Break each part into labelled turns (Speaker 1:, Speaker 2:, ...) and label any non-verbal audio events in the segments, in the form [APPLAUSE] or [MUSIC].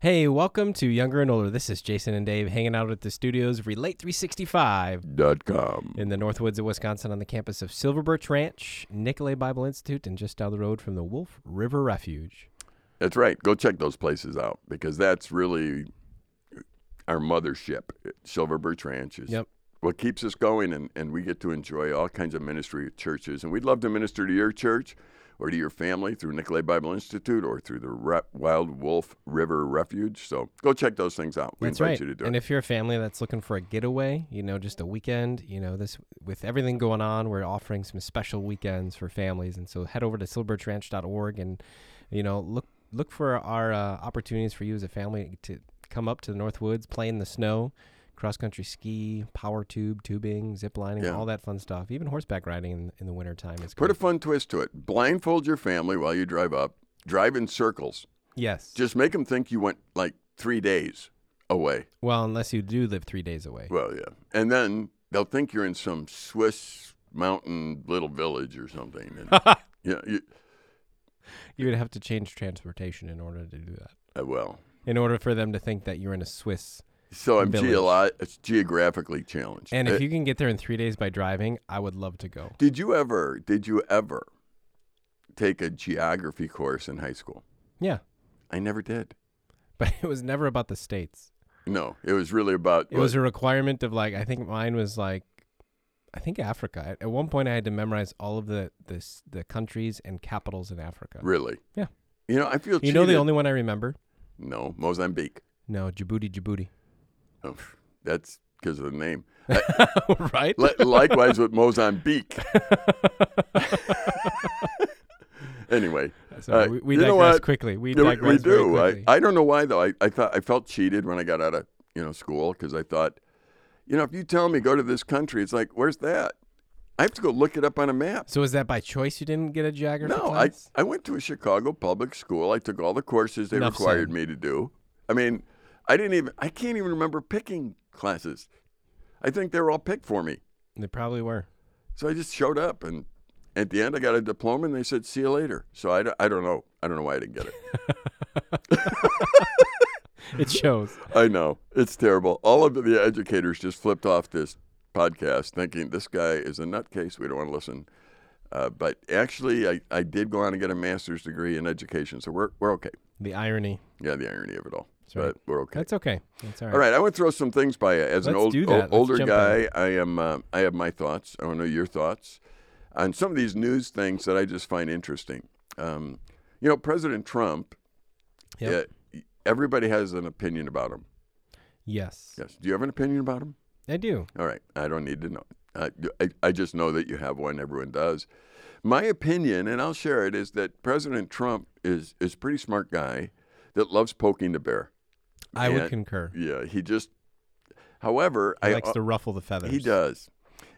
Speaker 1: Hey, welcome to Younger and Older. This is Jason and Dave hanging out at the studios of Relate 365
Speaker 2: dot com.
Speaker 1: in the Northwoods of Wisconsin on the campus of Silver Birch Ranch, Nicolay Bible Institute, and just down the road from the Wolf River Refuge.
Speaker 2: That's right. Go check those places out because that's really our mothership. Silver Birch Ranch is
Speaker 1: Yep.
Speaker 2: what keeps us going, and, and we get to enjoy all kinds of ministry at churches. And we'd love to minister to your church or to your family through Nicolay Bible Institute or through the Re- Wild Wolf River Refuge. So go check those things out. We
Speaker 1: That's
Speaker 2: invite
Speaker 1: right.
Speaker 2: you to do
Speaker 1: and
Speaker 2: it.
Speaker 1: if you're a family that's looking for a getaway, you know, just a weekend, you know, this with everything going on, we're offering some special weekends for families. And so head over to silverbirchranch.org and, you know, look look for our uh, opportunities for you as a family to come up to the North Woods, play in the snow, cross country ski, power tube, tubing, zip lining,
Speaker 2: Yeah.
Speaker 1: all that fun stuff. Even horseback riding in, in the wintertime is
Speaker 2: Put
Speaker 1: great.
Speaker 2: a fun twist to it. Blindfold your family while you drive up, drive in circles.
Speaker 1: yes.
Speaker 2: Just make them think you went like three days away.
Speaker 1: well, unless you do live three days away.
Speaker 2: Well, yeah. And then they'll think you're in some Swiss mountain little village or something. And,
Speaker 1: [LAUGHS]
Speaker 2: yeah, you,
Speaker 1: You would have to change transportation in order to do that.
Speaker 2: uh, well.
Speaker 1: in order for them to think that you're in a Swiss.
Speaker 2: So I'm
Speaker 1: Village.
Speaker 2: geoli- it's geographically challenged.
Speaker 1: And if
Speaker 2: Uh,
Speaker 1: you can get there in three days by driving, I would love to go.
Speaker 2: did you ever did you ever take a geography course in high school?
Speaker 1: Yeah,
Speaker 2: I never did.
Speaker 1: [LAUGHS] but it was never about the states.
Speaker 2: No, it was really about
Speaker 1: It was a requirement of like I think mine was like, I think Africa. At, at one point, I had to memorize all of the the s- the countries and capitals in Africa.
Speaker 2: really.
Speaker 1: Yeah.
Speaker 2: You know, I feel
Speaker 1: You know the
Speaker 2: cheated.
Speaker 1: only one I remember?
Speaker 2: no Mozambique.
Speaker 1: No, Djibouti, Djibouti. [LAUGHS]
Speaker 2: Oh, that's because of the name.
Speaker 1: right?
Speaker 2: Li- likewise with Mozambique.
Speaker 1: [LAUGHS]
Speaker 2: anyway,
Speaker 1: Sorry,
Speaker 2: uh,
Speaker 1: we, we
Speaker 2: you know
Speaker 1: digress
Speaker 2: what?
Speaker 1: quickly. We
Speaker 2: Yeah, we-
Speaker 1: digress
Speaker 2: we
Speaker 1: very
Speaker 2: do. I,
Speaker 1: quickly.
Speaker 2: I don't know why though. I, I thought I felt cheated when I got out of you know school because I thought, you know, if you tell me go to this country, it's like where's that? I have to go look it up on a map.
Speaker 1: so is that by choice? You didn't get a geography
Speaker 2: No, I,
Speaker 1: class?
Speaker 2: I went to a Chicago public school. I took all the courses they
Speaker 1: Enough
Speaker 2: required
Speaker 1: said.
Speaker 2: me to do. I mean, I didn't even I can't even remember picking classes. I think they were all picked for me.
Speaker 1: They probably were.
Speaker 2: So I just showed up, and at the end, I got a diploma, and they said, "See you later." So I, d- I don't know. I don't know why I
Speaker 1: [LAUGHS]
Speaker 2: didn't get it. [LAUGHS]
Speaker 1: It shows.
Speaker 2: I know it's terrible. All of the educators just flipped off this podcast, thinking this guy is a nutcase. We don't want to listen. Uh, but actually, I, I did go on and get a master's degree in education, so we're we're okay.
Speaker 1: the irony.
Speaker 2: Yeah, the irony of it all,
Speaker 1: That's right.
Speaker 2: but we're okay.
Speaker 1: That's okay. That's all right.
Speaker 2: All right, I want to throw some things by you. As an
Speaker 1: Let's
Speaker 2: old,
Speaker 1: do
Speaker 2: o-
Speaker 1: that. Let's
Speaker 2: older
Speaker 1: jump in.
Speaker 2: guy, I am. Uh, I have my thoughts. I want to know your thoughts on some of these news things that I just find interesting. Um, you know, President Trump.
Speaker 1: Yep.
Speaker 2: yeah, everybody has an opinion about him.
Speaker 1: Yes.
Speaker 2: Yes. Do you have an opinion about him?
Speaker 1: I do.
Speaker 2: All right. I don't need to know. I, I, I just know that you have one. Everyone does. My opinion, and I'll share it, is that President Trump is is a pretty smart guy that loves poking the bear.
Speaker 1: I would
Speaker 2: And-
Speaker 1: concur.
Speaker 2: Yeah, he just. However,
Speaker 1: He
Speaker 2: I uh,
Speaker 1: likes to ruffle the feathers.
Speaker 2: he does,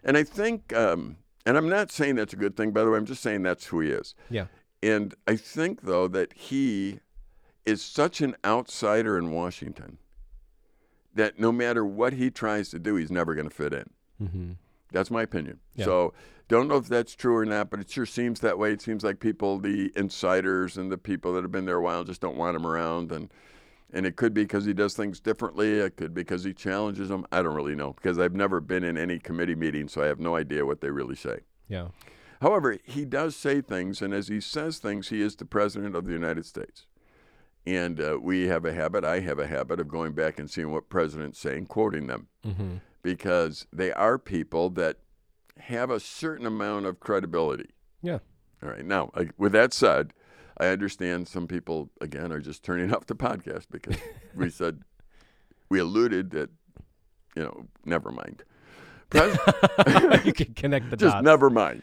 Speaker 2: and I think, um, and I'm not saying that's a good thing. By the way, I'm just saying that's who he is.
Speaker 1: Yeah.
Speaker 2: And I think though that he is such an outsider in Washington that no matter what he tries to do, he's never going to fit in.
Speaker 1: Mm-hmm.
Speaker 2: That's my opinion.
Speaker 1: Yeah.
Speaker 2: So don't know if that's true or not, but it sure seems that way. It seems like people, the insiders and the people that have been there a while, just don't want him around. And and it could be because he does things differently. It could be because he challenges them. I don't really know because I've never been in any committee meeting, so I have no idea what they really say.
Speaker 1: Yeah.
Speaker 2: However, he does say things, and as he says things, he is the president of the United States. And uh, we have a habit, I have a habit of going back and seeing what presidents say and quoting them
Speaker 1: Mm-hmm.
Speaker 2: because they are people that have a certain amount of credibility. [LAUGHS]
Speaker 1: Yeah. [LAUGHS]
Speaker 2: All right. Now, I, with that said, I understand some people again are just turning [LAUGHS] off the podcast because we said we alluded that you know never mind. Pres-
Speaker 1: you can connect the
Speaker 2: just
Speaker 1: dots.
Speaker 2: never mind.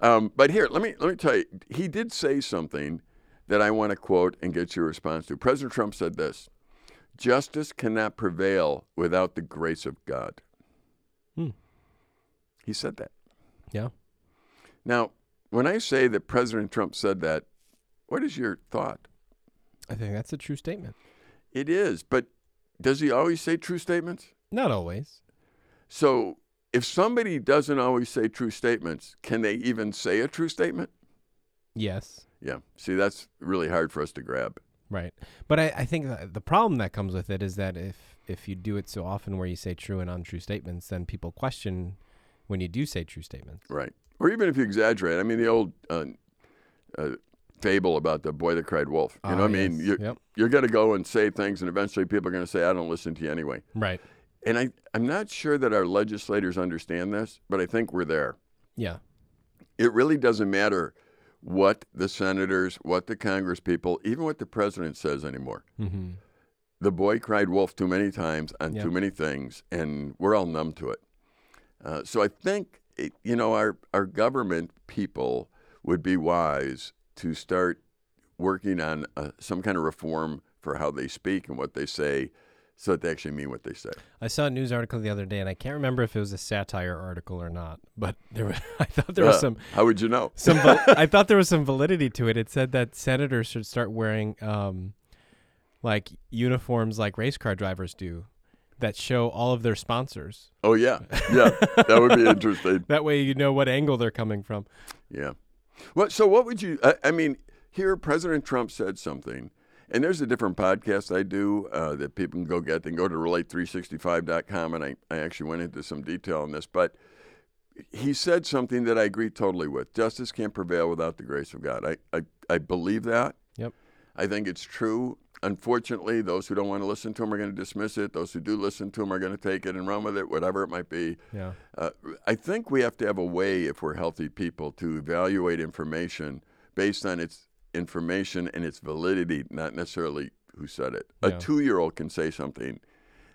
Speaker 2: Um, but here, let me let me tell you, he did say something that I want to quote and get your response to. President Trump said this: "Justice cannot prevail without the grace of God."
Speaker 1: Hmm.
Speaker 2: He said that.
Speaker 1: Yeah.
Speaker 2: Now, when I say that President Trump said that, what is your thought?
Speaker 1: I think that's a true statement.
Speaker 2: It is, but does he always say true statements?
Speaker 1: Not always.
Speaker 2: So, if somebody doesn't always say true statements, can they even say a true statement?
Speaker 1: Yes.
Speaker 2: Yeah. See, that's really hard for us to grab.
Speaker 1: Right. But I, I think th- the problem that comes with it is that if if you do it so often where you say true and untrue statements, then people question when you do say true statements.
Speaker 2: Right. Or even if you exaggerate. I mean, the old uh, uh, fable about the boy that cried wolf. You know
Speaker 1: Ah,
Speaker 2: what I mean?
Speaker 1: yes.
Speaker 2: You're,
Speaker 1: Yep.
Speaker 2: you're going to go and say things, and eventually people are going to say, I don't listen to you anyway.
Speaker 1: Right.
Speaker 2: And I, I'm not sure that our legislators understand this, but I think we're there.
Speaker 1: Yeah.
Speaker 2: It really doesn't matter what the senators, what the Congress people, even what the president says anymore.
Speaker 1: Mm-hmm.
Speaker 2: The boy cried wolf too many times on
Speaker 1: Yeah.
Speaker 2: too many things, and we're all numb to it. Uh, so I think it, you know our our government people would be wise to start working on uh, some kind of reform for how they speak and what they say, so that they actually mean what they say.
Speaker 1: I saw a news article the other day, and I can't remember if it was a satire article or not, but there was, [LAUGHS] I thought there was
Speaker 2: Uh,
Speaker 1: some
Speaker 2: How would you know?
Speaker 1: some
Speaker 2: [LAUGHS]
Speaker 1: val- I thought there was some validity to it. It said that senators should start wearing um, like uniforms like race car drivers do, that show all of their sponsors.
Speaker 2: Oh yeah, yeah, that would
Speaker 1: [LAUGHS]
Speaker 2: be interesting.
Speaker 1: That way, you know what angle they're coming from.
Speaker 2: Yeah. Well, so what would you? I, I mean, here President Trump said something, and there's a different podcast I do uh, that people can go get. They can go to relate365.com, and I, I actually went into some detail on this, but he said something that I agree totally with. Justice can't prevail without the grace of God. I, I, I believe that.
Speaker 1: Yep.
Speaker 2: I think it's true. Unfortunately, those who don't want to listen to him are going to dismiss it. Those who do listen to him are going to take it and run with it, whatever it might be.
Speaker 1: Yeah.
Speaker 2: Uh, I think we have to have a way, if we're healthy people, to evaluate information based on its information and its validity, not necessarily who said it.
Speaker 1: Yeah.
Speaker 2: A two year old can say something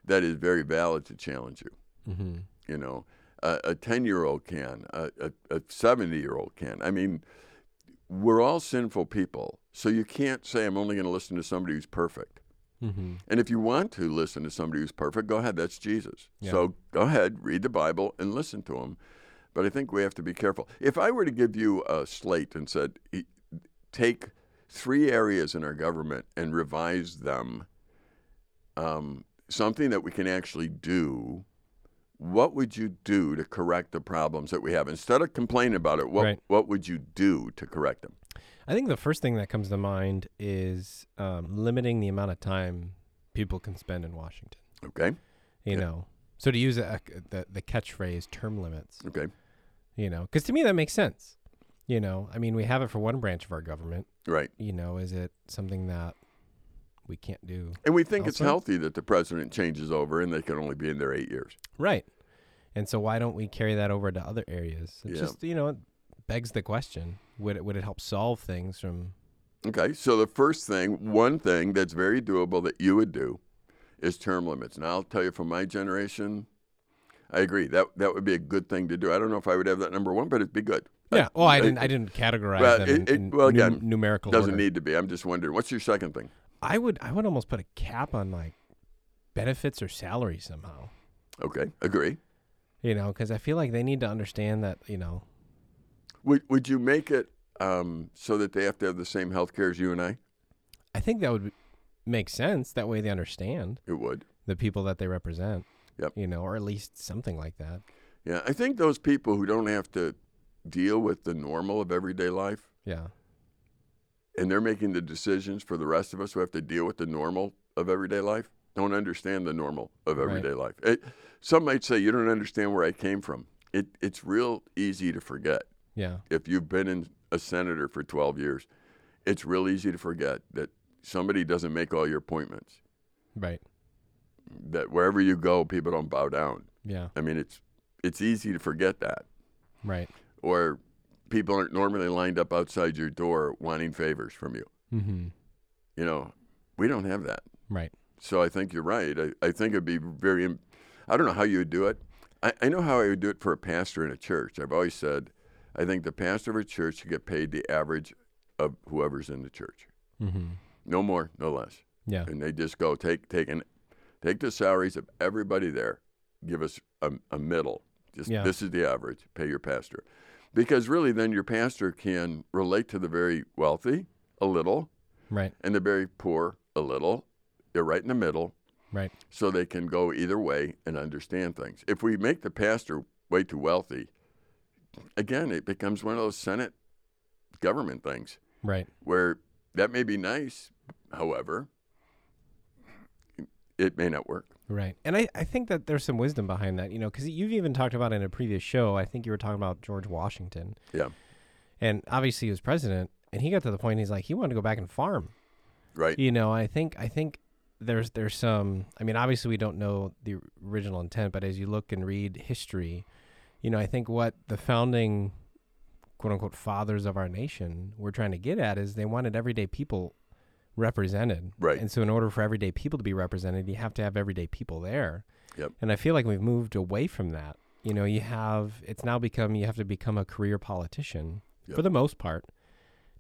Speaker 2: that is very valid to challenge you,
Speaker 1: Mm-hmm.
Speaker 2: you know. A a 10 year old can, a 70 year old can. I mean, we're all sinful people. So you can't say, I'm only going to listen to somebody who's perfect.
Speaker 1: Mm-hmm.
Speaker 2: And if you want to listen to somebody who's perfect, go ahead. That's Jesus.
Speaker 1: Yeah.
Speaker 2: So go ahead, read the Bible, and listen to him. But I think we have to be careful. If I were to give you a slate and said, e- take three areas in our government and revise them, um, something that we can actually do, what would you do to correct the problems that we have? Instead of complaining about it, what,
Speaker 1: Right.
Speaker 2: what would you do to correct them?
Speaker 1: I think the first thing that comes to mind is um, limiting the amount of time people can spend in Washington.
Speaker 2: Okay?
Speaker 1: You
Speaker 2: Yeah.
Speaker 1: know, so to use a, the the catchphrase "term limits,"
Speaker 2: Okay.
Speaker 1: you know, because to me that makes sense. You know, I mean, we have it for one branch of our government.
Speaker 2: Right.
Speaker 1: You know, is it something that we can't do?
Speaker 2: And we think it's
Speaker 1: Elsa?
Speaker 2: healthy that the president changes over and they can only be in there eight years.
Speaker 1: Right. And so why don't we carry that over to other areas? It
Speaker 2: Yeah.
Speaker 1: just you know it begs the question: Would it would it help solve things from?
Speaker 2: Okay, so the first thing, one thing that's very doable that you would do is term limits. And I'll tell you from my generation, I agree. That that would be a good thing to do. I don't know if I would have that number one, but it'd be good. Uh,
Speaker 1: Yeah. Well, I
Speaker 2: it-
Speaker 1: didn't. I didn't categorize
Speaker 2: well,
Speaker 1: them
Speaker 2: it-
Speaker 1: in,
Speaker 2: it-
Speaker 1: in
Speaker 2: well,
Speaker 1: nu-
Speaker 2: again,
Speaker 1: numerical
Speaker 2: Doesn't
Speaker 1: order.
Speaker 2: need to be. I'm just wondering. What's your second thing?
Speaker 1: I would I would almost put a cap on like benefits or salary somehow.
Speaker 2: Okay, agree.
Speaker 1: You know, because I feel like they need to understand that you know.
Speaker 2: Would would you make it um, so that they have to have the same health care as you and I?
Speaker 1: I think that would be- make sense. That way they understand
Speaker 2: It would.
Speaker 1: the people that they represent.
Speaker 2: Yep.
Speaker 1: You know, or at least something like that.
Speaker 2: Yeah, I think those people who don't have to deal with the normal of everyday life
Speaker 1: Yeah.
Speaker 2: and they're making the decisions for the rest of us who have to deal with the normal of everyday life don't understand the normal of
Speaker 1: Right.
Speaker 2: everyday life it, some might say you don't understand where i came from it, it's real easy to forget
Speaker 1: Yeah.
Speaker 2: if you've been in a senator for 12 years it's real easy to forget that somebody doesn't make all your appointments
Speaker 1: Right.
Speaker 2: that wherever you go people don't bow down
Speaker 1: Yeah.
Speaker 2: i mean it's it's easy to forget that
Speaker 1: Right.
Speaker 2: or people aren't normally lined up outside your door wanting favors from you
Speaker 1: Mm-hmm.
Speaker 2: you know we don't have that
Speaker 1: Right.
Speaker 2: So I think you're right. I, I think it'd be very, im- I don't know how you would do it. I, I know how I would do it for a pastor in a church. I've always said, I think the pastor of a church should get paid the average of whoever's in the church.
Speaker 1: Mm-hmm.
Speaker 2: No more, no less.
Speaker 1: Yeah.
Speaker 2: And they just go take take an, take the salaries of everybody there, give us a, a middle. Just
Speaker 1: Yeah.
Speaker 2: this is the average. Pay your pastor, because really then your pastor can relate to the very wealthy a little
Speaker 1: Right.
Speaker 2: and the very poor a little. They're right in the middle
Speaker 1: Right.
Speaker 2: so they can go either way and understand things. If we make the pastor way too wealthy, again, it becomes one of those Senate government things
Speaker 1: Right.
Speaker 2: where that may be nice, However, it may not work.
Speaker 1: Right. And I, I think that there's some wisdom behind that, you know, because you've even talked about in a previous show, I think you were talking about George Washington.
Speaker 2: Yeah.
Speaker 1: And obviously he was president and he got to the point he's like, he wanted to go back and farm.
Speaker 2: Right.
Speaker 1: You know, I think, I think there's, there's some, I mean, obviously we don't know the original intent, but as you look and read history, you know, I think what the founding quote unquote fathers of our nation were trying to get at is they wanted everyday people represented.
Speaker 2: Right.
Speaker 1: And so, in order for everyday people to be represented, you have to have everyday people there.
Speaker 2: Yep.
Speaker 1: And I feel like we've moved away from that. You know, you have, it's now become, you have to become a career politician for
Speaker 2: Yep.
Speaker 1: the most part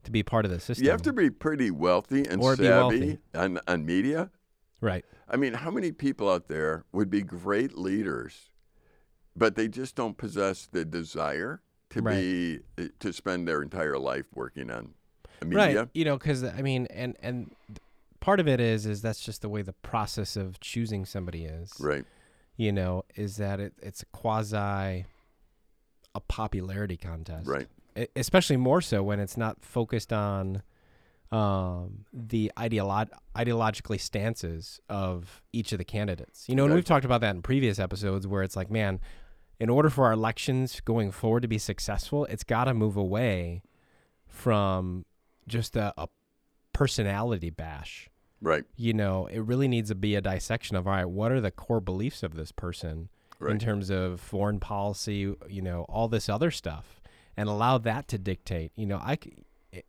Speaker 1: to be part of the system.
Speaker 2: You have to be pretty wealthy and
Speaker 1: Or be
Speaker 2: savvy
Speaker 1: wealthy.
Speaker 2: on, on media.
Speaker 1: Right.
Speaker 2: I mean, how many people out there would be great leaders, but they just don't possess the desire to
Speaker 1: Right.
Speaker 2: be eh, to spend their entire life working on
Speaker 1: Right.
Speaker 2: media?
Speaker 1: You know, because, I mean, and, and, th- Part of it is is that's just the way the process of choosing somebody is.
Speaker 2: Right.
Speaker 1: You know, is that it, it's a quasi a popularity contest.
Speaker 2: Right.
Speaker 1: e- especially more so when it's not focused on um, the ideolo- ideologically stances of each of the candidates. You know, and we've talked about that in previous episodes where it's like, man, in order for our elections going forward to be successful, it's got to move away from just a, a personality bash
Speaker 2: Right.
Speaker 1: you know, it really needs to be a dissection of all right, what are the core beliefs of this person in
Speaker 2: Right.
Speaker 1: terms of foreign policy, you know, all this other stuff, and allow that to dictate. You know, I, c-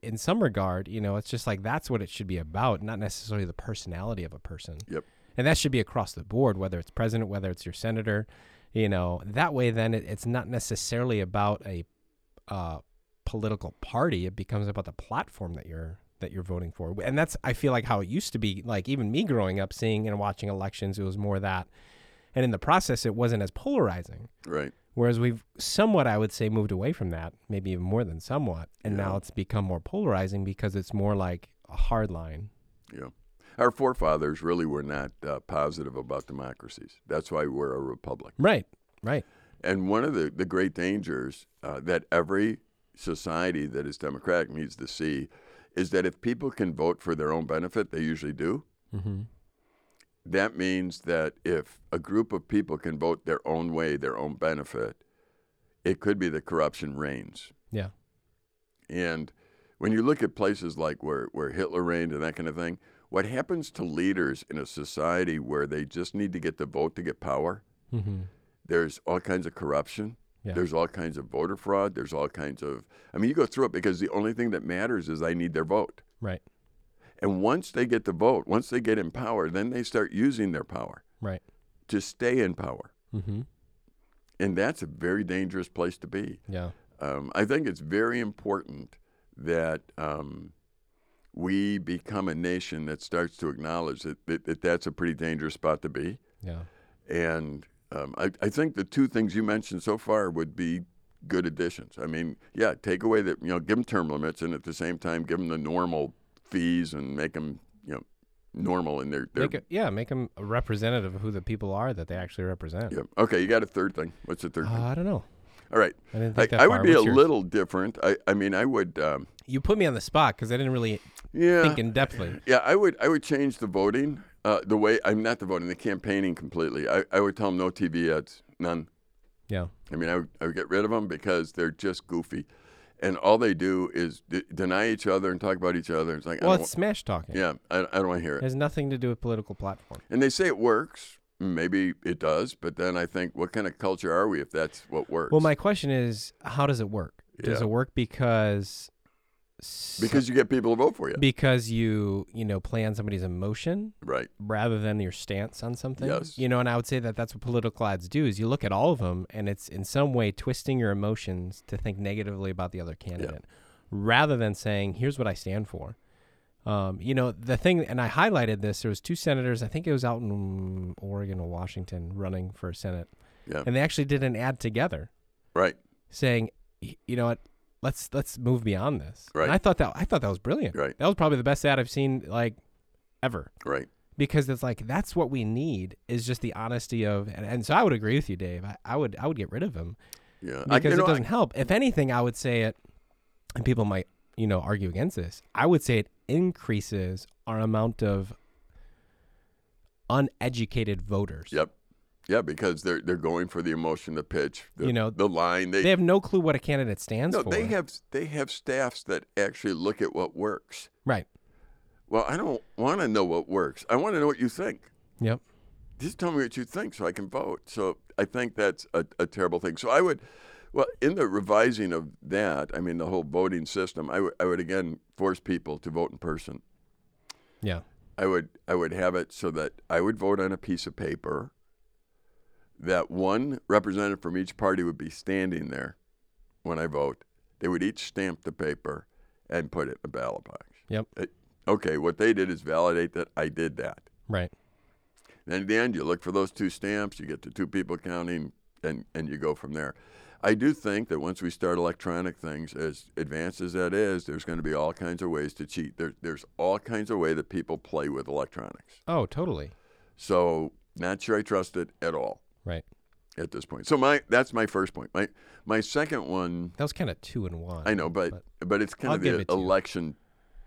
Speaker 1: in some regard, you know, it's just like that's what it should be about, not necessarily the personality of a person.
Speaker 2: Yep.
Speaker 1: And that should be across the board, whether it's president, whether it's your senator, you know, that way then it, it's not necessarily about a uh, political party. It becomes about the platform that you're that you're voting for. And that's I feel like how it used to be. Like even me growing up, seeing and watching elections, it was more that. And in the process, it wasn't as polarizing.
Speaker 2: Right.
Speaker 1: Whereas we've somewhat, I would say, moved away from that, maybe even more than somewhat. And now
Speaker 2: Yeah.
Speaker 1: it's become more polarizing because it's more like a hard line.
Speaker 2: Yeah. Our forefathers really were not uh, positive about democracies. That's why we're a republic.
Speaker 1: Right. Right.
Speaker 2: And one of the, the great dangers uh, that every society that is democratic needs to see is that if people can vote for their own benefit, they usually do.
Speaker 1: Mm-hmm.
Speaker 2: That means that if a group of people can vote their own way, their own benefit, it could be that corruption reigns.
Speaker 1: Yeah.
Speaker 2: And when you look at places like where, where Hitler reigned and that kind of thing, what happens to leaders in a society where they just need to get the vote to get power?
Speaker 1: Mm-hmm.
Speaker 2: There's all kinds of corruption.
Speaker 1: Yeah.
Speaker 2: There's all kinds of voter fraud. There's all kinds of. I mean, you go through it because the only thing that matters is I need their vote.
Speaker 1: Right.
Speaker 2: And once they get the vote, once they get in power, then they start using their power
Speaker 1: Right.
Speaker 2: to stay in power.
Speaker 1: Mm-hmm.
Speaker 2: And that's a very dangerous place to be.
Speaker 1: Yeah.
Speaker 2: Um, I think it's very important that um, we become a nation that starts to acknowledge that, that, that that's a pretty dangerous spot to be.
Speaker 1: Yeah.
Speaker 2: And um, I, I think the two things you mentioned so far would be good additions. I mean, yeah, take away that, you know, give them term limits and at the same time give them the normal fees and make them, you know, normal in their. their
Speaker 1: Make it, yeah. Make them a representative of who the people are that they actually represent.
Speaker 2: yeah. Okay, you got a third thing. What's the third
Speaker 1: Uh,
Speaker 2: thing?
Speaker 1: I don't know.
Speaker 2: All right.
Speaker 1: I didn't
Speaker 2: I,
Speaker 1: think that
Speaker 2: I
Speaker 1: far.
Speaker 2: would be a
Speaker 1: What's yours?
Speaker 2: little different. I, I mean, I would, um,
Speaker 1: You put me on the spot because I didn't really
Speaker 2: yeah.
Speaker 1: think in depthly.
Speaker 2: Yeah, I would I would change the voting. Uh, the way I'm not the voting, the campaigning completely. I, I would tell them no TV ads, none.
Speaker 1: Yeah.
Speaker 2: I mean, I would, I would get rid of them because they're just goofy, and all they do is d- deny each other and talk about each other. It's like,
Speaker 1: Well,
Speaker 2: I don't
Speaker 1: it's smash talking.
Speaker 2: wa- yeah, I, I don't want to hear
Speaker 1: It
Speaker 2: it.
Speaker 1: has nothing to do with political platform.
Speaker 2: And they say it works. Maybe it does, but then I think, what kind of culture are we if that's what works?
Speaker 1: Well, my question is, how does it work? Does
Speaker 2: Yeah.
Speaker 1: it work because s-
Speaker 2: because you get people to vote for you,
Speaker 1: because you you know play on somebody's emotion
Speaker 2: right?
Speaker 1: rather than your stance on something?
Speaker 2: Yes.
Speaker 1: You know, and I would say that that's what political ads do is you look at all of them and it's in some way twisting your emotions to think negatively about the other candidate rather than saying, here's what I stand for. Um, you know, the thing, and I highlighted this, there was two senators, I think it was out in Oregon or Washington running for Senate.
Speaker 2: Yeah.
Speaker 1: And they actually did an ad together
Speaker 2: Right.
Speaker 1: saying, "Y- you know what, let's let's move beyond this.
Speaker 2: Right.
Speaker 1: And I thought that I thought that was brilliant.
Speaker 2: Right.
Speaker 1: That was probably the best ad I've seen like ever
Speaker 2: Right.
Speaker 1: because it's like that's what we need is just the honesty of and, and so I would agree with you, Dave. I, I would I would get rid of him
Speaker 2: Yeah. I- you
Speaker 1: because
Speaker 2: know,
Speaker 1: it
Speaker 2: I-
Speaker 1: doesn't help. If anything, I would say it, and people might you know argue against this. I would say it increases our amount of uneducated voters.
Speaker 2: Yep. Yeah, because they're they're going for the emotion, the pitch, the,
Speaker 1: You know,
Speaker 2: the line. They,
Speaker 1: They have no clue what a candidate stands
Speaker 2: no,
Speaker 1: for.
Speaker 2: they have they have staffs that actually look at what works.
Speaker 1: right.
Speaker 2: Well, I don't want to know what works. I want to know what you think.
Speaker 1: Yep.
Speaker 2: just tell me what you think so I can vote. So I think that's a, a terrible thing. So I would, well, in the revising of that, I mean, the whole voting system, I would- I would again force people to vote in person.
Speaker 1: Yeah.
Speaker 2: I would, I would have it so that I would vote on a piece of paper that one representative from each party would be standing there when I vote. They would each stamp the paper and put it in the ballot box.
Speaker 1: Yep.
Speaker 2: It- okay, what they did is validate that I did that.
Speaker 1: Right.
Speaker 2: And at the end, you look for those two stamps, you get to two people counting, and, and you go from there. I do think that once we start electronic things, as advanced as that is, there's going to be all kinds of ways to cheat. There, there's all kinds of way that people play with electronics.
Speaker 1: Oh, totally.
Speaker 2: So not sure I trust it at all
Speaker 1: Right.
Speaker 2: at this point. So my that's my first point. My my second one,
Speaker 1: That was kind of two and one.
Speaker 2: I know, but but, it's kind
Speaker 1: I'll
Speaker 2: of
Speaker 1: give
Speaker 2: the
Speaker 1: it to you.
Speaker 2: election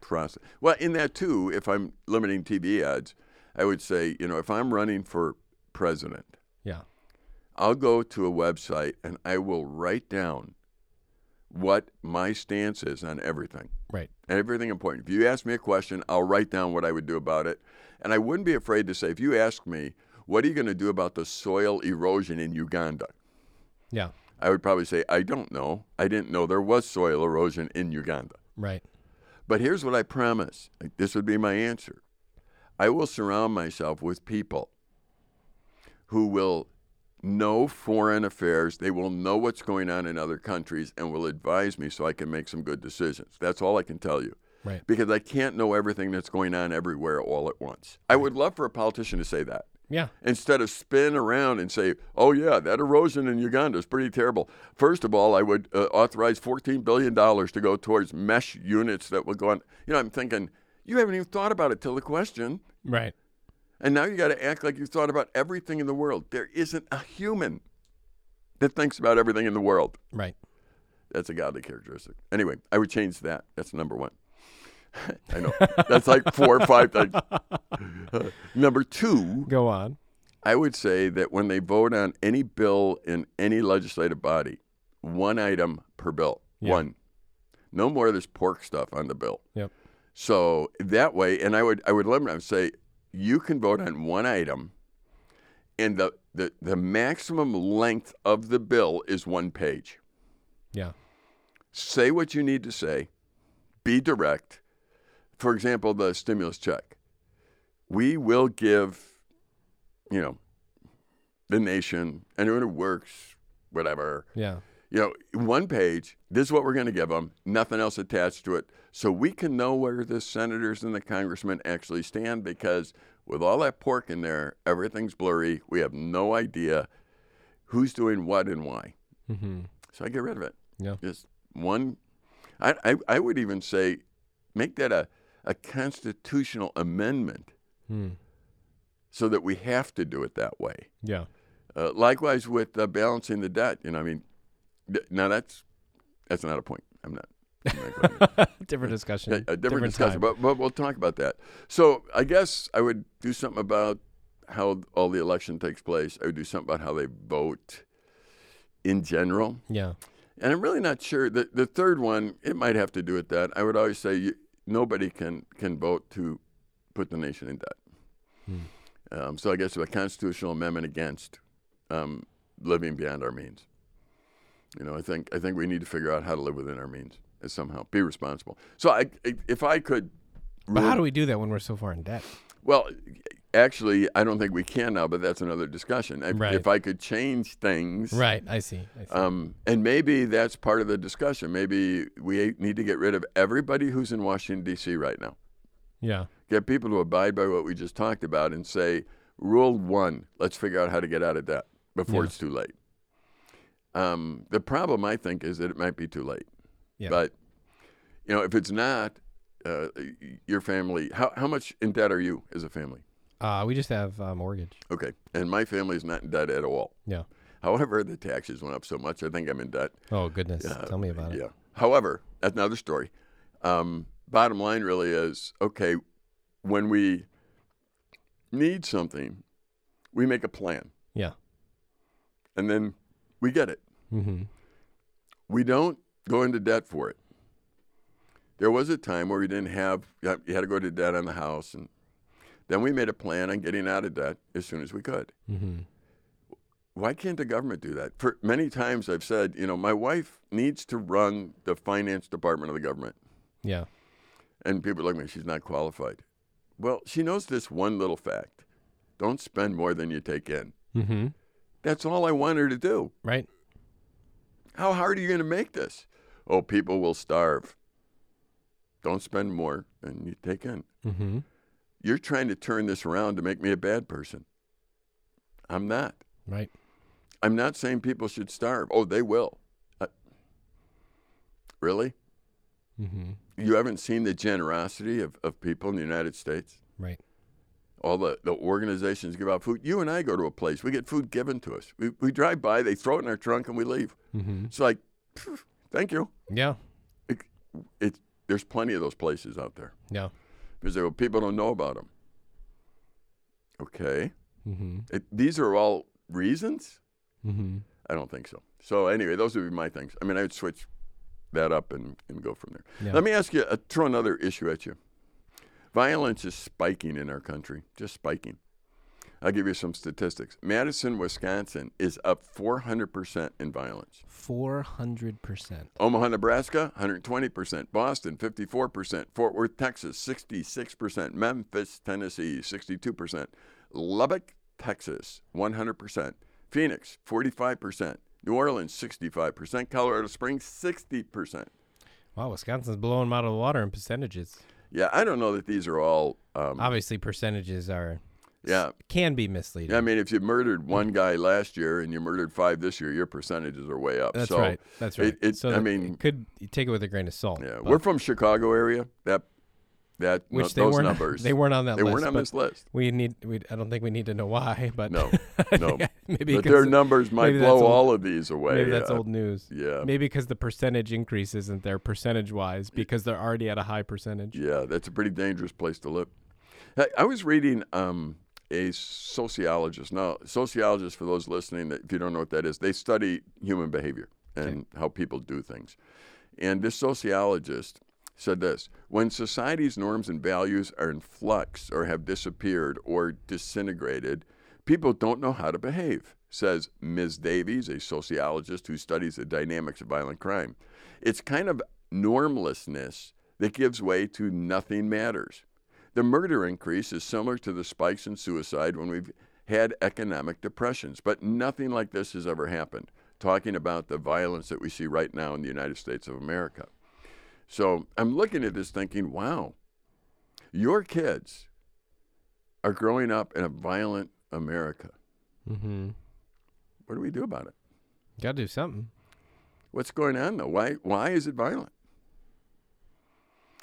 Speaker 2: process. Well, in that too, if I'm limiting TV ads, I would say you know if I'm running for president.
Speaker 1: Yeah.
Speaker 2: I'll go to a website and I will write down what my stance is on everything,
Speaker 1: Right.
Speaker 2: everything important. If you ask me a question, I'll write down what I would do about it. And I wouldn't be afraid to say, if you ask me, what are you going to do about the soil erosion in Uganda?
Speaker 1: Yeah.
Speaker 2: I would probably say, I don't know. I didn't know there was soil erosion in Uganda.
Speaker 1: Right.
Speaker 2: But here's what I promise like, this would be my answer I will surround myself with people who will know foreign affairs, they will know what's going on in other countries, and will advise me so I can make some good decisions. That's all I can tell you.
Speaker 1: Right.
Speaker 2: Because I can't know everything that's going on everywhere all at once. I would love for a politician to say that
Speaker 1: Yeah.
Speaker 2: instead of spin around and say, "Oh yeah, that erosion in Uganda is pretty terrible." First of all, I would uh, authorize 14 billion dollars to go towards mesh units that will go on. You know, I'm thinking you haven't even thought about it till the question,
Speaker 1: Right.
Speaker 2: and now you got to act like you thought about everything in the world. There isn't a human that thinks about everything in the world.
Speaker 1: Right.
Speaker 2: That's a godly characteristic. Anyway, I would change that. That's number one. [LAUGHS] I know. That's like four or five things. [LAUGHS] number two.
Speaker 1: Go on.
Speaker 2: I would say that when they vote on any bill in any legislative body, one item per bill,
Speaker 1: Yeah.
Speaker 2: one. No more of this pork stuff on the bill.
Speaker 1: Yep.
Speaker 2: So that way, and I would I would limit. I would say you can vote on one item, and the the, the maximum length of the bill is one page.
Speaker 1: Yeah.
Speaker 2: Say what you need to say. Be direct. For example, the stimulus check. We will give, you know, the nation, anyone who works, whatever,
Speaker 1: Yeah.
Speaker 2: you know, one page, this is what we're going to give them, nothing else attached to it. So we can know where the senators and the congressmen actually stand because with all that pork in there, everything's blurry. We have no idea who's doing what and why.
Speaker 1: Mm-hmm.
Speaker 2: So I get rid of it.
Speaker 1: Yeah.
Speaker 2: Just one. I, I, I would even say make that a, a constitutional amendment
Speaker 1: Mm.
Speaker 2: so that we have to do it that way.
Speaker 1: Yeah.
Speaker 2: Uh, likewise with uh, balancing the debt. You know, I mean, th- now that's that's not a point. I'm not. I'm not going there.
Speaker 1: [LAUGHS] different discussion.
Speaker 2: Yeah, a different, discussion,
Speaker 1: time.
Speaker 2: but, but we'll talk about that. So I guess I would do something about how all the election takes place. I would do something about how they vote in general.
Speaker 1: yeah.
Speaker 2: And I'm really not sure. The, the third one, it might have to do with that. I would always say you, nobody can, can vote to put the nation in debt.
Speaker 1: Hmm.
Speaker 2: Um, so I guess a constitutional amendment against um, living beyond our means. You know, I think I think we need to figure out how to live within our means uh, somehow. Be responsible. So I, I- if I could,
Speaker 1: But how do we do that when we're so far in debt?
Speaker 2: well, actually, I don't think we can now. But that's another discussion. If,
Speaker 1: Right.
Speaker 2: if I could change things,
Speaker 1: Right. I see. I see.
Speaker 2: um, and maybe that's part of the discussion. Maybe we need to get rid of everybody who's in Washington, D.C. right now.
Speaker 1: yeah.
Speaker 2: Get people to abide by what we just talked about and say, Rule one, let's figure out how to get out of debt before
Speaker 1: Yeah.
Speaker 2: it's too late. Um, the problem, I think, is that it might be too late.
Speaker 1: Yeah.
Speaker 2: But, you know, if it's not, uh, your family, how, how much in debt are you as a family?
Speaker 1: Uh, we just have a mortgage.
Speaker 2: Okay. And my family is not in debt at all.
Speaker 1: Yeah.
Speaker 2: However, the taxes went up so much, I think I'm in debt.
Speaker 1: Oh goodness.
Speaker 2: Uh,
Speaker 1: Tell me about it.
Speaker 2: Yeah. However, that's another story. Um, bottom line really is okay, when we need something, we make a plan
Speaker 1: Yeah.
Speaker 2: and then we get it.
Speaker 1: Mm-hmm.
Speaker 2: We don't go into debt for it. There was a time where we didn't have, you had to go to debt on the house. And then we made a plan on getting out of debt as soon as we could.
Speaker 1: Mm-hmm.
Speaker 2: Why can't the government do that? For many times I've said, you know, my wife needs to run the finance department of the government.
Speaker 1: Yeah.
Speaker 2: And people look at me, she's not qualified. Well, she knows this one little fact don't spend more than you take in.
Speaker 1: Mm-hmm.
Speaker 2: That's all I want her to do.
Speaker 1: Right.
Speaker 2: How hard are you going to make this? Oh, people will starve. Don't spend more than you take in.
Speaker 1: Mm-hmm.
Speaker 2: You're trying to turn this around to make me a bad person. I'm not.
Speaker 1: Right.
Speaker 2: I'm not saying people should starve. Oh, they will. I, really?
Speaker 1: Mm-hmm.
Speaker 2: You haven't seen the generosity of, of people in the United States?
Speaker 1: Right.
Speaker 2: All the, the organizations give out food. You and I go to a place, we get food given to us. We, we drive by, they throw it in our trunk, and we leave.
Speaker 1: Mm-hmm.
Speaker 2: It's like, phew, thank you.
Speaker 1: Yeah.
Speaker 2: it, it, there's plenty of those places out there
Speaker 1: Yeah.
Speaker 2: because there, people don't know about them. Okay,
Speaker 1: Mm-hmm.
Speaker 2: it, these are all reasons.
Speaker 1: Mm-hmm.
Speaker 2: I don't think so. So anyway, those would be my things. I mean, I would switch that up and, and go from there.
Speaker 1: Yeah.
Speaker 2: Let me ask you, uh, throw another issue at you. Violence is spiking in our country, just spiking. I'll give you some statistics. Madison, Wisconsin is up 400% in violence.
Speaker 1: Four hundred percent.
Speaker 2: Omaha, Nebraska, 120%. Boston, 54%. Fort Worth, Texas, 66%. Memphis, Tennessee, 62%. Lubbock, Texas, 100%. Phoenix, 45%. New Orleans, 65%. Colorado Springs, 60%.
Speaker 1: Wow, Wisconsin's blowing 'em out of the water in percentages.
Speaker 2: Yeah, I don't know that these are all. Um,
Speaker 1: Obviously, percentages are
Speaker 2: yeah.
Speaker 1: can be misleading.
Speaker 2: I mean, if you murdered one guy last year and you murdered five this year, your percentages are way up.
Speaker 1: That's
Speaker 2: so,
Speaker 1: right. That's right.
Speaker 2: it- it-
Speaker 1: so
Speaker 2: I
Speaker 1: that-
Speaker 2: mean-
Speaker 1: it could you take it with a grain of salt.
Speaker 2: Yeah,
Speaker 1: but-
Speaker 2: we're from Chicago area. That that
Speaker 1: which
Speaker 2: no-
Speaker 1: they
Speaker 2: those
Speaker 1: weren't.
Speaker 2: numbers
Speaker 1: [LAUGHS] They weren't on that
Speaker 2: they
Speaker 1: list.
Speaker 2: weren't on
Speaker 1: but
Speaker 2: this list.
Speaker 1: We need. We, I don't think we need to know why. [LAUGHS] But
Speaker 2: No,
Speaker 1: I
Speaker 2: no.
Speaker 1: think maybe
Speaker 2: But
Speaker 1: 'cause
Speaker 2: their
Speaker 1: the-
Speaker 2: numbers might
Speaker 1: maybe that's
Speaker 2: blow
Speaker 1: old-
Speaker 2: all of these away.
Speaker 1: Maybe that's
Speaker 2: uh,
Speaker 1: old news.
Speaker 2: Yeah,
Speaker 1: Maybe because the percentage increase isn't there percentage wise because they're already at a high percentage.
Speaker 2: yeah, that's a pretty dangerous place to live. I, I was reading um, a sociologist. Now, sociologists, for those listening, that if you don't know what that is, they study human behavior and how people do things. And this sociologist said this when society's norms and values are in flux or have disappeared or disintegrated, people don't know how to behave, says Ms. Davies, a sociologist who studies the dynamics of violent crime. It's kind of normlessness that gives way to nothing matters. The murder increase is similar to the spikes in suicide when we've had economic depressions, but nothing like this has ever happened. Talking about the violence that we see right now in the United States of America. So I'm looking at this thinking, wow, your kids are growing up in a violent America.
Speaker 1: Mm-hmm.
Speaker 2: What do we do about it?
Speaker 1: Got to do something.
Speaker 2: What's going on though? Why why is it violent?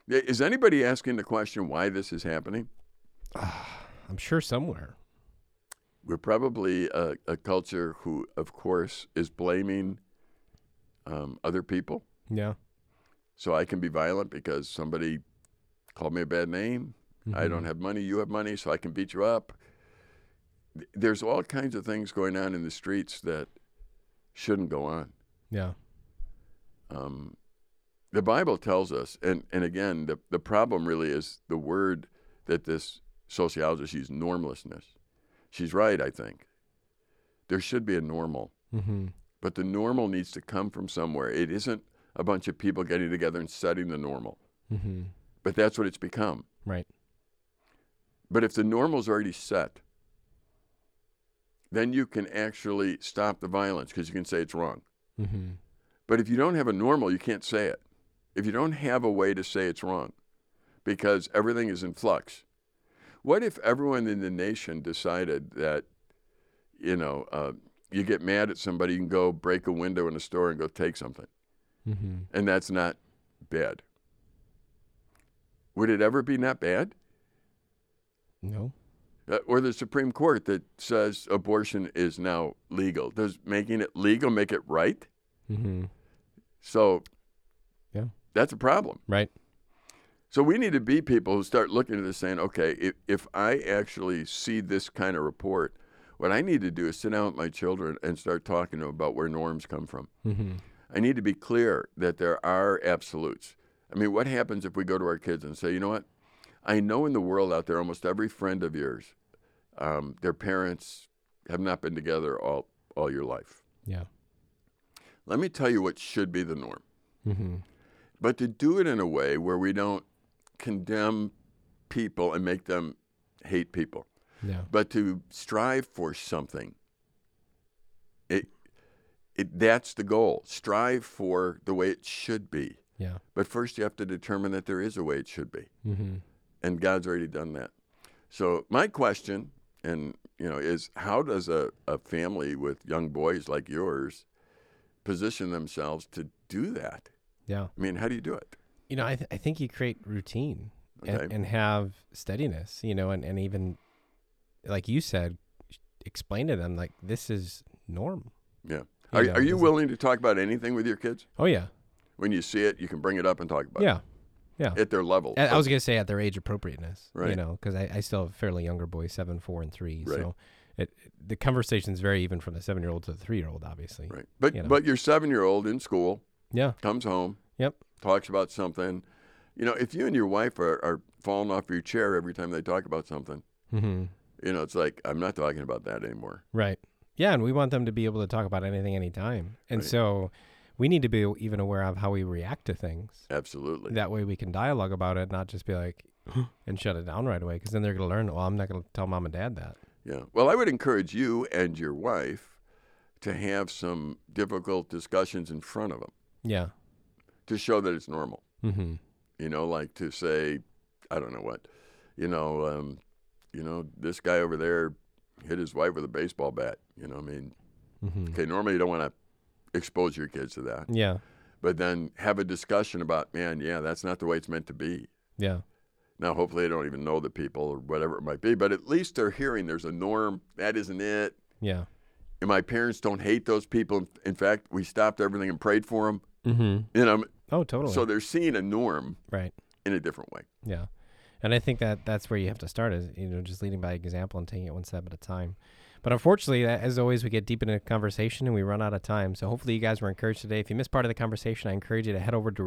Speaker 2: Yeah, Is anybody asking the question why this is happening?
Speaker 1: I'm sure somewhere.
Speaker 2: We're probably a, a culture who, of course, is blaming um, other people.
Speaker 1: Yeah.
Speaker 2: So I can be violent because somebody called me a bad name. I
Speaker 1: Mm-hmm.
Speaker 2: don't have money. You have money, so I can beat you up. Th- There's all kinds of things going on in the streets that shouldn't go on.
Speaker 1: Yeah.
Speaker 2: Um, the Bible tells us, and, and again, the, the problem really is the word that this sociologist used, normlessness. She's right, I think. There should be a normal,
Speaker 1: Mm-hmm.
Speaker 2: but the normal needs to come from somewhere. It isn't a bunch of people getting together and setting the normal,
Speaker 1: Mm-hmm.
Speaker 2: but that's what it's become.
Speaker 1: Right.
Speaker 2: But if the normal's already set, then you can actually stop the violence because you can say it's wrong.
Speaker 1: Mm-hmm.
Speaker 2: But if you don't have a normal, you can't say it. If you don't have a way to say it's wrong because everything is in flux, what if everyone in the nation decided that, you know, uh, you get mad at somebody, you can go break a window in a store and go take something,
Speaker 1: Mm-hmm.
Speaker 2: and that's not bad? Would it ever be not bad?
Speaker 1: No.
Speaker 2: Uh, or the Supreme Court that says abortion is now legal. Does making it legal make it right?
Speaker 1: Mm-hmm.
Speaker 2: So
Speaker 1: Yeah.
Speaker 2: that's a problem.
Speaker 1: Right.
Speaker 2: So we need to be people who start looking at this saying, okay, if, if I actually see this kind of report, what I need to do is sit down with my children and start talking to them about where norms come from.
Speaker 1: Mm-hmm.
Speaker 2: I need to be clear that there are absolutes. I mean, what happens if we go to our kids and say, you know what? I know in the world out there, almost every friend of yours, um, their parents have not been together all, all your life.
Speaker 1: Yeah.
Speaker 2: Let me tell you what should be the norm,
Speaker 1: Mm-hmm.
Speaker 2: but to do it in a way where we don't condemn people and make them hate people,
Speaker 1: Yeah.
Speaker 2: but to strive for something. It, it, that's the goal. Strive for the way it should be.
Speaker 1: Yeah.
Speaker 2: But first, you have to determine that there is a way it should be,
Speaker 1: Mm-hmm.
Speaker 2: and God's already done that. So my question, and you know, is how does a, a family with young boys like yours position themselves to do that?
Speaker 1: Yeah.
Speaker 2: I mean, how do you do it?
Speaker 1: You know, I, th- I think you create routine and,
Speaker 2: Okay.
Speaker 1: and have steadiness, you know, and, and even, like you said, explain to them, like, this is norm.
Speaker 2: Yeah.
Speaker 1: You
Speaker 2: Are,
Speaker 1: know,
Speaker 2: are you
Speaker 1: is it-
Speaker 2: willing to talk about anything with your kids?
Speaker 1: Oh, yeah.
Speaker 2: When you see it, you can bring it up and talk about
Speaker 1: yeah.
Speaker 2: it at their level.
Speaker 1: I I was gonna say at their age appropriateness, You
Speaker 2: Right.
Speaker 1: know, because I, I still have fairly younger boys, seven, four, and three.
Speaker 2: Right.
Speaker 1: So it, the conversations vary even from the seven-year-old to the three-year-old, obviously.
Speaker 2: right. But
Speaker 1: you know.
Speaker 2: but your seven year old in school
Speaker 1: Yeah.
Speaker 2: comes home,
Speaker 1: Yep.
Speaker 2: talks about something. You know, if you and your wife are, are falling off your chair every time they talk about something,
Speaker 1: Mm-hmm.
Speaker 2: you know, it's like I'm not talking about that anymore.
Speaker 1: Right. Yeah, and we want them to be able to talk about anything, anytime, and
Speaker 2: Right.
Speaker 1: so we need to be even aware of how we react to things.
Speaker 2: Absolutely.
Speaker 1: That way, we can dialogue about it, not just be like and shut it down right away, because then they're gonna learn. Well, I'm not gonna tell mom and dad that.
Speaker 2: Yeah. Well, I would encourage you and your wife to have some difficult discussions in front of them
Speaker 1: Yeah.
Speaker 2: to show that it's normal.
Speaker 1: Mm-hmm.
Speaker 2: You know, like to say, I don't know what, you know, um, you know, this guy over there hit his wife with a baseball bat. You know, I mean,
Speaker 1: Mm-hmm.
Speaker 2: okay, normally you don't want to expose your kids to that,
Speaker 1: Yeah.
Speaker 2: but then have a discussion about, man, yeah, that's not the way it's meant to be.
Speaker 1: Yeah.
Speaker 2: Now, hopefully, they don't even know the people or whatever it might be, but at least they're hearing there's a norm. That isn't it.
Speaker 1: Yeah.
Speaker 2: and my parents don't hate those people. In fact, we stopped everything and prayed for them.
Speaker 1: Mm-hmm.
Speaker 2: You know,
Speaker 1: Oh, totally.
Speaker 2: so they're seeing a norm
Speaker 1: right.
Speaker 2: in a different way.
Speaker 1: Yeah. And I think that that's where you have to start is, you know, just leading by example and taking it one step at a time. But unfortunately, a- as always, we get deep into conversation and we run out of time. So hopefully you guys were encouraged today. If you missed part of the conversation, I encourage you to head over to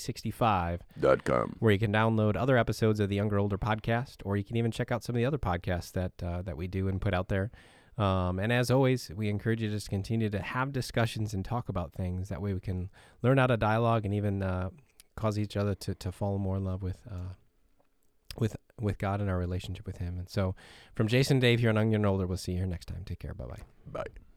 Speaker 1: Relate365,
Speaker 2: Dot com.
Speaker 1: where you can download other episodes of the Younger Older podcast, or you can even check out some of the other podcasts that, uh, that we do and put out there. Um, and as always, we encourage you to just continue to have discussions and talk about things. That way we can learn how to dialogue and even uh, cause each other to, to fall more in love with uh, with with God and our relationship with Him. And so, from Jason and Dave here on Onion Older, we'll see you here next time. Take care. Bye bye.
Speaker 2: Bye.